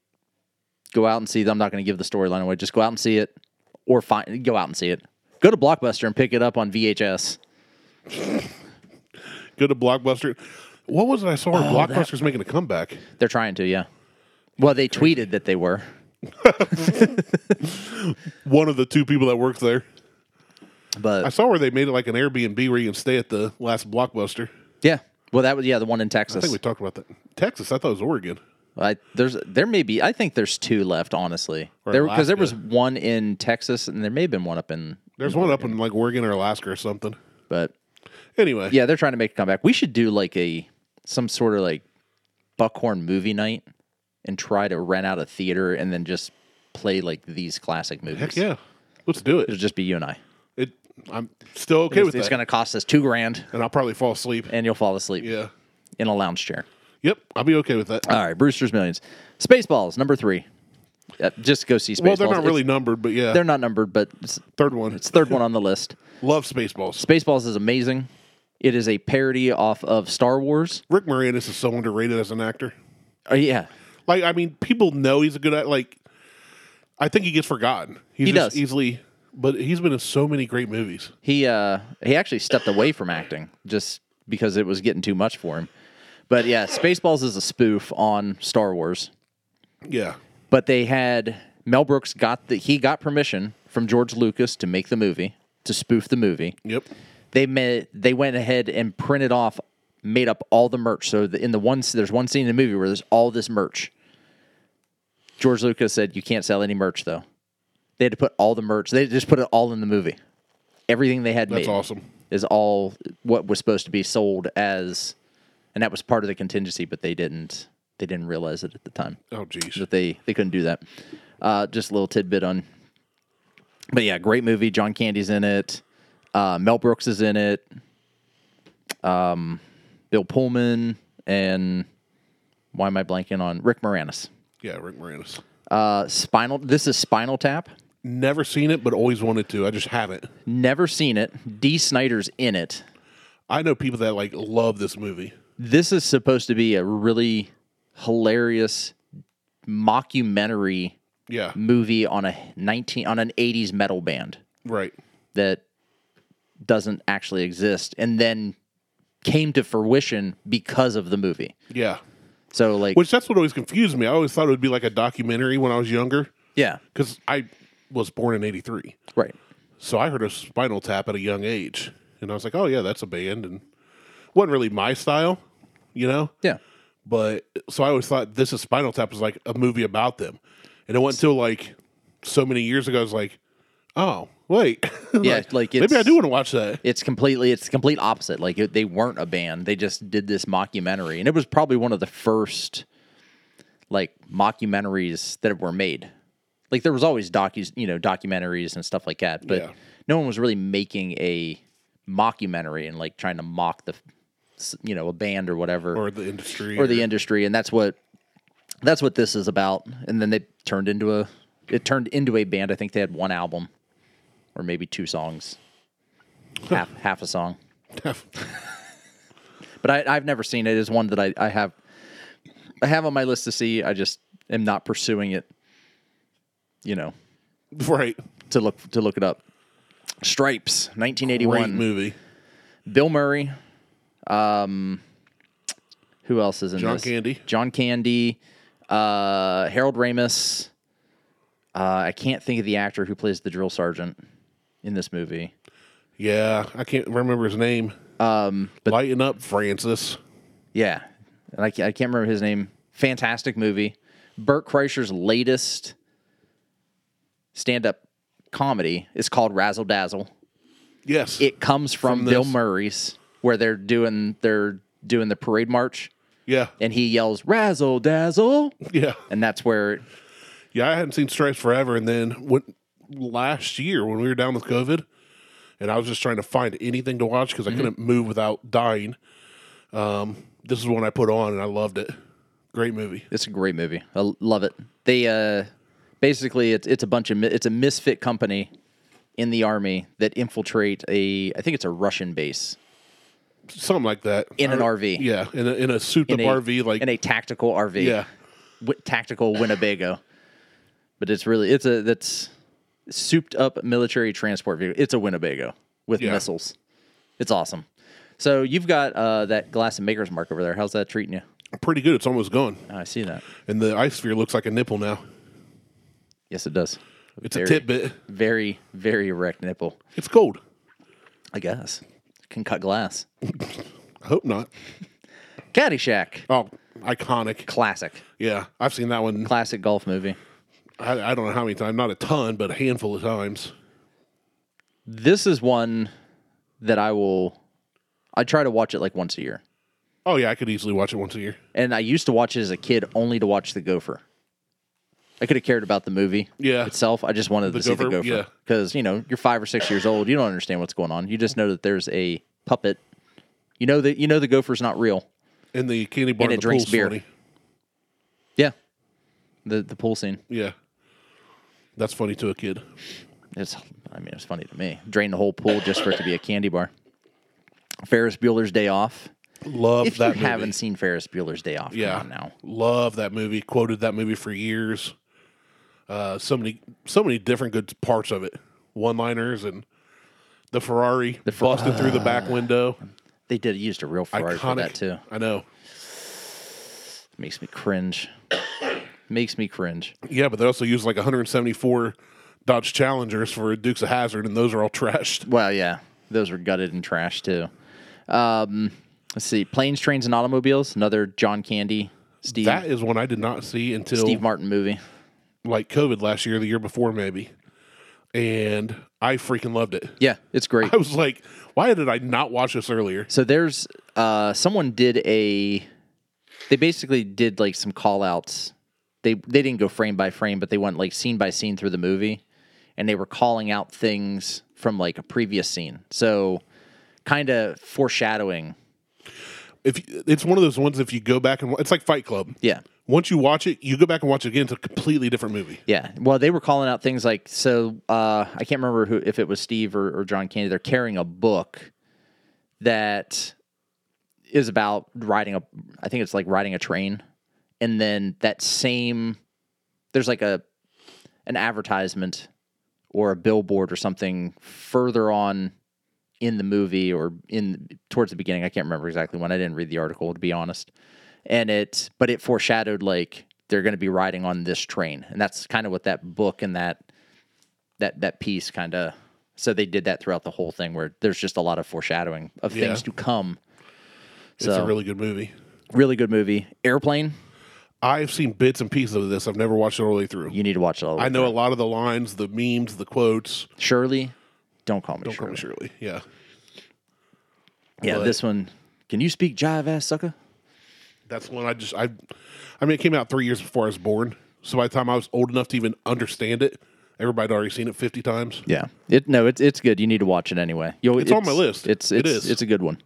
S2: go out and see. I'm not going to give the storyline away. Just go out and see it, or find go out and see it. Go to Blockbuster and pick it up on VHS.
S1: Go to Blockbuster. What was it I
S2: Oh,
S1: saw? where Blockbuster's making a comeback.
S2: They're trying to, yeah. Well, they tweeted that they were.
S1: One of the two people that worked there.
S2: But
S1: I saw where they made it like an Airbnb where you can stay at the last Blockbuster.
S2: Yeah. Well, that was yeah the one in
S1: I
S2: Texas.
S1: think we talked about that. Texas. I thought it was Oregon.
S2: I, there's there may be I think there's two left honestly
S1: Or
S2: there because there was
S1: Alaska.
S2: one in Texas and there may have been one up in
S1: There's one up in like Oregon or Alaska or something.
S2: But
S1: Anyway,
S2: yeah, they're trying to make a comeback. We should do like a some sort of like Buckhorn movie night and try to rent out a theater and then just play like these classic movies.
S1: heck yeah, let's do
S2: It'll
S1: it.
S2: just be you and I.
S1: It I'm still okay
S2: it's
S1: with
S2: it's
S1: that,
S2: gonna cost us two grand
S1: and I'll probably fall asleep.
S2: and you'll fall asleep
S1: Yeah,
S2: in a lounge chair.
S1: yep, I'll be okay with that.
S2: All right, Brewster's Millions. Spaceballs, number three. Uh, just go see Spaceballs.
S1: well, they're not
S2: It's-
S1: really numbered, but yeah,
S2: they're not numbered, but it's,
S1: third one.
S2: it's the third one on the list.
S1: Love Spaceballs.
S2: Spaceballs is amazing. It is a parody off of Star Wars.
S1: Rick Moranis is so underrated as an actor. Uh,
S2: Oh yeah,
S1: Like, I mean, people know he's a good act. Like, I think he gets forgotten. He's
S2: He
S1: just
S2: does.
S1: easily, but he's been in so many great movies.
S2: he uh he actually stepped away from acting just because it was getting too much for him. But yeah, Spaceballs is a spoof on Star Wars.
S1: Yeah,
S2: But they had Mel Brooks got the he got permission from George Lucas to make the movie to spoof the movie.
S1: yep.
S2: they made they went ahead and printed off made up all the merch so the, in the one there's one scene in the movie where there's all this merch george lucas said you can't sell any merch though they had to put all the merch they just put it all in the movie everything they had
S1: That's
S2: made
S1: awesome.
S2: is all what was supposed to be sold as and that was part of the contingency but they didn't they didn't realize it at the time
S1: Oh, jeez.
S2: that they they couldn't do that. Uh, just a little tidbit on. But yeah, great movie. John Candy's in it. Uh, Mel Brooks is in it. Um, Bill Pullman and why am I blanking on Rick Moranis?
S1: Yeah, Rick Moranis.
S2: Uh, Spinal. This is Spinal Tap.
S1: Never seen it, but always wanted to. I just haven't.
S2: Never seen it. D. Snyder's in it.
S1: I know people that like love this movie.
S2: This is supposed to be a really hilarious mockumentary
S1: Yeah,
S2: movie on a nineteen on an eighties metal band.
S1: right.
S2: that doesn't actually exist and then came to fruition because of the movie.
S1: Yeah,
S2: So like
S1: which that's what always confused me. I always thought it would be like a documentary when I was younger
S2: yeah,
S1: because I was born in '83,
S2: right.
S1: so I heard a Spinal Tap at a young age, and I was like, oh yeah, that's a band, and wasn't really my style, you know.
S2: Yeah.
S1: But so I always thought this is Spinal Tap was like a movie about them, and it wasn't until like so many years ago I was like, oh wait,
S2: Yeah,
S1: Like,
S2: like,
S1: maybe I
S2: it's-
S1: do want to watch that.
S2: It's completely it's the complete opposite. Like it, they weren't a band. They just did this mockumentary and it was probably one of the first like mockumentaries that were made. Like there was always docu, you know, documentaries and stuff like that, but
S1: Yeah.
S2: no one was really making a mockumentary and like trying to mock the f- you know, a band or whatever
S1: Or the industry,
S2: or the industry, and that's what that's what this is about. And then they turned into a it turned into a band. I think they had one album or maybe two songs, half half a song. But I, I've never seen it. It's one that I, I have I have on my list to see. I just am not pursuing it. You know,
S1: right?
S2: to look to look it up. Stripes,
S1: Great
S2: 1981.
S1: movie.
S2: Bill Murray. Um, who else is in
S1: John
S2: this?
S1: Candy.
S2: John Candy, uh, Harold Ramis. Uh, I can't think of the actor who plays the drill sergeant in this movie.
S1: Yeah, I can't remember his name. Um, Lighten up, Francis.
S2: Yeah, and I, ca- I can't remember his name. Fantastic movie. Burt Kreischer's latest stand-up comedy is called Razzle Dazzle.
S1: Yes,
S2: It comes from,
S1: From
S2: Bill
S1: this.
S2: Murray's, where they're doing they're doing the parade march,
S1: yeah,
S2: and he yells "Razzle Dazzle,"
S1: yeah,
S2: and that's where
S1: yeah. I hadn't seen Stripes forever, and then when last year when we were down with COVID, and I was just trying to find anything to watch
S2: Mm-hmm.
S1: because I couldn't move without dying. Um, this is one I put on, and I loved it. Great movie.
S2: It's a great movie. I l- love it. They uh, basically it's it's a bunch of mi- it's a misfit company in the army that infiltrate a I think it's a Russian base
S1: Something like that
S2: In an
S1: I-
S2: RV.
S1: Yeah, in a, in a souped
S2: in
S1: up
S2: a-
S1: RV. Like
S2: in a tactical RV.
S1: yeah,
S2: Wi- tactical Winnebago. but it's really it's a that's souped up military transport vehicle. It's a Winnebago with
S1: Yeah.
S2: missiles. It's awesome. So you've got uh, that glass and maker's mark over there. How's that treating you?
S1: pretty good. It's almost gone,
S2: Oh, I see that.
S1: and the ice sphere looks like a nipple now.
S2: Yes, it does.
S1: It's
S2: Very-
S1: a tidbit.
S2: Very, very erect nipple.
S1: It's cold.
S2: I guess. Can cut glass.
S1: I hope not.
S2: Caddyshack.
S1: Oh, iconic.
S2: Classic.
S1: Yeah, I've seen that one.
S2: Classic golf movie.
S1: I, I don't know how many times, not a ton, but a handful of times.
S2: This is one that I will. I try to watch it like once a year,
S1: Oh yeah, I could easily watch it once a year.
S2: and I used to watch it as a kid only to watch the Gopher. I could have cared about the movie
S1: Yeah.
S2: itself. I just wanted to see the
S1: Gopher,
S2: Gopher
S1: yeah.
S2: because you know you're five or six years old. You don't understand what's going on. You just know that there's a puppet. You know that you know the Gopher's not real.
S1: And the candy bar
S2: And
S1: in
S2: it
S1: the
S2: drinks
S1: pool's
S2: beer.
S1: funny.
S2: Yeah, the the pool scene.
S1: Yeah, that's funny to a kid.
S2: It's, I mean, it's funny to me. Drain the whole pool just for it to be a candy bar. Ferris Bueller's Day Off.
S1: Love
S2: If you
S1: that.
S2: haven't
S1: movie.
S2: seen Ferris Bueller's Day Off,
S1: yeah,
S2: come on now.
S1: love that movie. Quoted that movie for years. Uh, so many, so many different good parts of it. One-liners and the Ferrari busted through the back
S2: Ah,
S1: window.
S2: They did used a real Ferrari for
S1: Iconic.
S2: that too.
S1: I know.
S2: Makes me cringe. Makes me cringe.
S1: Yeah, but they also use like 174 Dodge Challengers for Dukes of Hazard, and those are all trashed.
S2: Well, yeah, those were gutted and trashed too. Um, let's see, Planes, Trains, and Automobiles. Another John Candy, Steve
S1: That is one I did not see until
S2: Steve Martin movie.
S1: like COVID last year, the year before maybe, and I freaking loved it.
S2: Yeah, it's great.
S1: I was like, why did I not watch this earlier?
S2: So there's uh someone did a they basically did like some call outs. They they didn't go frame by frame, but they went like scene by scene through the movie and they were calling out things from like a previous scene. So kind of foreshadowing.
S1: If it's one of those ones, if you go back and wa- it's like Fight Club.
S2: Yeah.
S1: Once you watch it, you go back and watch it again. It's a completely different movie.
S2: Yeah. Well, they were calling out things like so uh I can't remember who if it was Steve or, or John Candy. They're carrying a book that is about riding a I think it's like riding a train. And then that same there's like a an advertisement or a billboard or something further on in the movie or in towards the beginning. I can't remember exactly when. I didn't read the article to be honest. And it but it foreshadowed like they're going to be riding on this train. And that's kind of what that book and that that that piece kind of so they did that throughout the whole thing where there's just a lot of foreshadowing of
S1: Yeah.
S2: things to come.
S1: It's
S2: So
S1: a really good movie.
S2: really good movie. Airplane,
S1: I've seen bits and pieces of this. I've never watched it all the way through.
S2: you need to watch it all.
S1: I know a lot of the lines, the memes, the quotes.
S2: Shirley, don't call me
S1: Don't call
S2: Shirley.
S1: me Shirley. Yeah.
S2: Yeah,
S1: But-
S2: this one. Can you speak jive, ass sucker?
S1: That's one I just I I mean it came out three years before I was born. So by the time I was old enough to even understand it, everybody would already seen it fifty times.
S2: Yeah. It no, it's it's good. You need to watch it anyway. You'll,
S1: It's on my list.
S2: It's
S1: It
S2: it's
S1: is.
S2: it's a good one.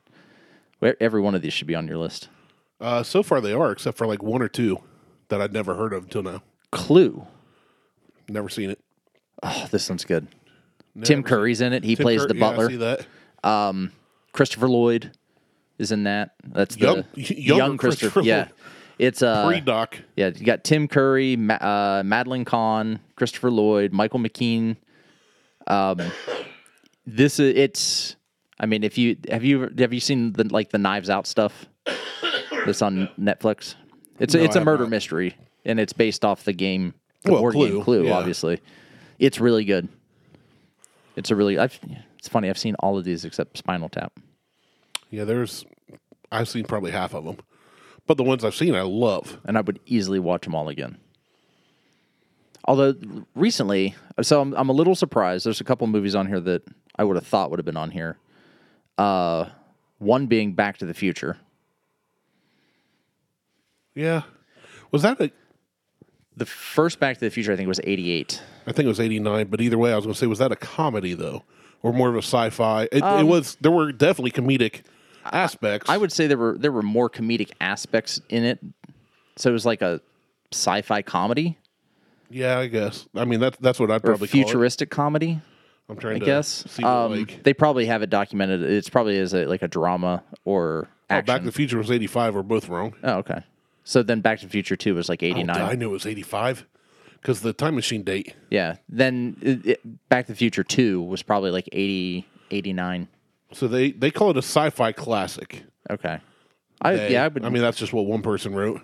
S2: Where- Every one of these should be on your list.
S1: Uh, so far they are, except for like one or two that I'd never heard of until now.
S2: Clue.
S1: Never seen it.
S2: Oh, this one's good. Tim Curry's in it. He
S1: Tim
S2: plays
S1: Curry-
S2: the
S1: yeah, I
S2: butler.
S1: see that.
S2: Christopher Lloyd is in that. That's the
S1: Young- younger
S2: young Christopher.
S1: Christopher
S2: yeah.
S1: Lloyd.
S2: It's uh
S1: Pre doc.
S2: Yeah, you got Tim Curry, Ma- uh, Madeline Kahn, Christopher Lloyd, Michael McKean. Um, this is it's. I mean, if you have you have you seen the like the Knives Out stuff that's on Netflix? It's a,
S1: No,
S2: it's
S1: I
S2: a
S1: have
S2: murder
S1: not.
S2: mystery, and it's based off the game, the
S1: Well,
S2: board
S1: Clue,
S2: game Clue.
S1: yeah.
S2: Obviously, it's really good. It's a really. I've, it's funny. I've seen all of these except Spinal Tap.
S1: Yeah, there's I've seen probably half of them. But the ones I've seen I love.
S2: and I would easily watch them all again. Although recently, so I'm, I'm a little surprised. There's a couple movies on here that I would have thought would have been on here. Uh, one being Back to the Future.
S1: Yeah. Was that a
S2: The first Back to the Future, I think, was '88.
S1: I think it was eighty nine, but either way I was gonna say, was that a comedy though? Or more of a sci fi? It, it was there were definitely comedic aspects.
S2: Um, I would say there were there were more comedic aspects in it, so it was like a sci-fi comedy
S1: Yeah, I guess. I mean, that's that's what I'd
S2: or
S1: probably call it.
S2: futuristic comedy.
S1: I'm trying
S2: I
S1: to
S2: guess
S1: see what,
S2: um,
S1: like. oh,
S2: they probably have it documented. It's probably as a like a drama or
S1: Oh, Back to
S2: action.
S1: the Future was 85. We're both wrong.
S2: Oh, okay. So then Back to the Future 2 was like
S1: Oh,
S2: 89.
S1: I knew it was 85 because the time machine date.
S2: yeah. Then it, it- Back to the Future 2 was probably like 80, 89.
S1: So they they call it a sci-fi classic.
S2: Okay. I,
S1: They-
S2: yeah, I would.
S1: I mean, that's just what one person wrote.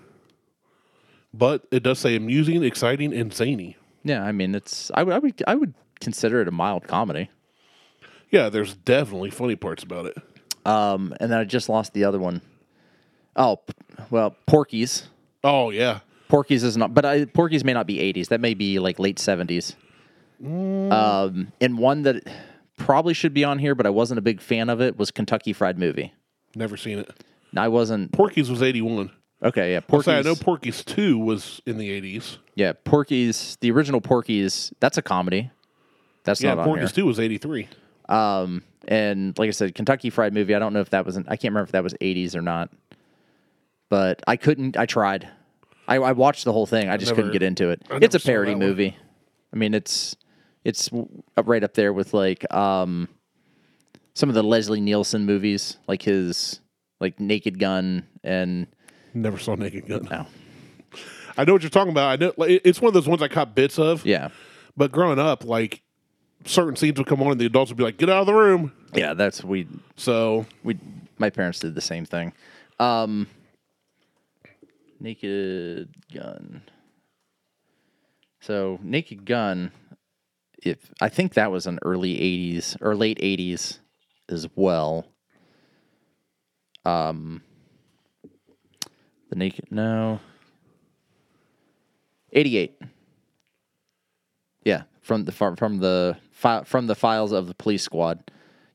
S1: But it does say amusing, exciting, and zany.
S2: yeah, I mean, it's. I would, I would. I would consider it a mild comedy.
S1: Yeah, there's definitely funny parts about it.
S2: Um, and then I just lost the other one. Oh, p- well, Porky's.
S1: Oh yeah,
S2: Porky's is not, but I, Porky's
S1: Mm.
S2: may not be 80s. That may be like late 70s. Um, and one that probably should be on here, but I wasn't a big fan of it, was Kentucky Fried Movie.
S1: Never seen it.
S2: And I wasn't
S1: Porky's was 81.
S2: okay. Yeah,
S1: Porky's.
S2: Porky's.
S1: I know Porky's 2 was in the 80s.
S2: yeah, Porky's. The original Porky's. That's a comedy. That's
S1: Yeah,
S2: not on
S1: Porky's
S2: here.
S1: 2 was 83.
S2: Um, and like I said, Kentucky Fried Movie. I don't know if that was. An, I can't remember if that was '80s or not. But I couldn't. I tried. I, I watched the whole thing. I just couldn't
S1: never-
S2: get into it.
S1: I
S2: It's
S1: never
S2: a
S1: saw
S2: parody
S1: that one.
S2: movie. I mean, it's it's w- up right up there with like um some of the Leslie Nielsen movies, like his like Naked Gun and oh,
S1: Never saw Naked Gun.
S2: no,
S1: I know what you're talking about. I know like, it- it's one of those ones I caught bits of.
S2: yeah,
S1: But growing up, like certain scenes would come on and the adults would be like, "Get out of the room."
S2: yeah. That's we
S1: So
S2: we my parents did the same thing. Um Naked Gun. So Naked Gun if I think that was an early 80s or late 80s as well. Um the Naked no 88. Yeah, from the far- from the fi- from the files of the police squad.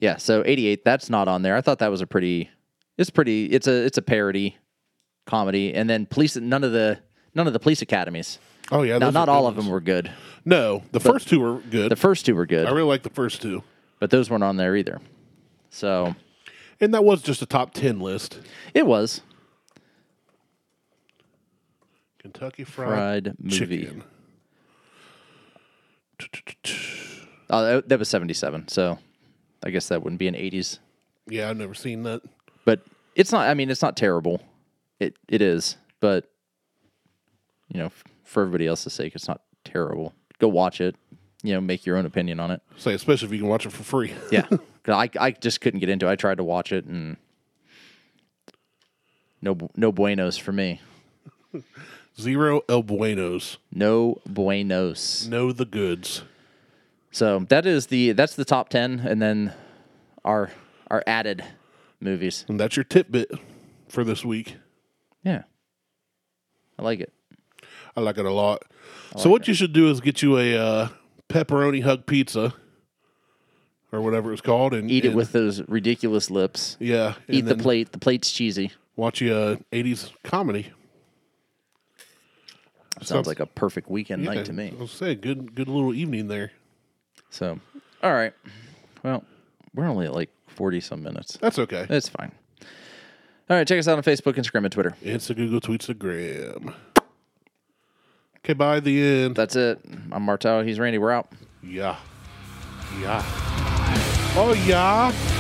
S2: Yeah, so 88 that's not on there. I thought that was a pretty it's pretty it's a it's a parody comedy and then police none of the none of the police academies.
S1: oh yeah,
S2: Now
S1: those
S2: not
S1: are
S2: all
S1: good
S2: of them
S1: ones.
S2: were good.
S1: No, the first two were good.
S2: The first two were
S1: I
S2: good,
S1: really like the first two,
S2: but those weren't on there either. So
S1: and that was just a top ten list.
S2: it was
S1: Kentucky Fried,
S2: fried movie.
S1: Chicken.
S2: Oh, that, that was seventy seven. So I guess that wouldn't be an eighties,
S1: Yeah, I've never seen that.
S2: but it's not. I mean, it's not terrible. It it is, but you know, f- for everybody else's sake, it's not terrible. Go watch it. You know, make your own opinion on it.
S1: Say especially if you can watch it for free.
S2: Yeah, 'Cause I I just couldn't get into. it. I tried to watch it and no bu- no buenos for me.
S1: Zero El Buenos.
S2: No buenos.
S1: Know the goods.
S2: So that is the that's the top ten, and then our our added movies.
S1: And that's your tidbit for this week.
S2: Yeah, I like it.
S1: I like it a lot. so what you should do is get you a uh, pepperoni hug pizza or whatever it's called and
S2: Eat it
S1: and-
S2: with those ridiculous lips.
S1: yeah.
S2: Eat
S1: and
S2: the
S1: then
S2: plate. The plate's cheesy.
S1: Watch you uh, 80s comedy.
S2: Sounds like a perfect weekend night to me.
S1: I'll say good good little evening there.
S2: So, all right. Well, we're only at like forty some minutes.
S1: That's okay.
S2: It's fine. All right, check us out on Facebook, Instagram, and Twitter.
S1: It's a Google tweets to Graham. Okay, by the end.
S2: That's it. I'm Martel. He's Randy. We're out.
S1: Yeah. Yeah. Oh yeah.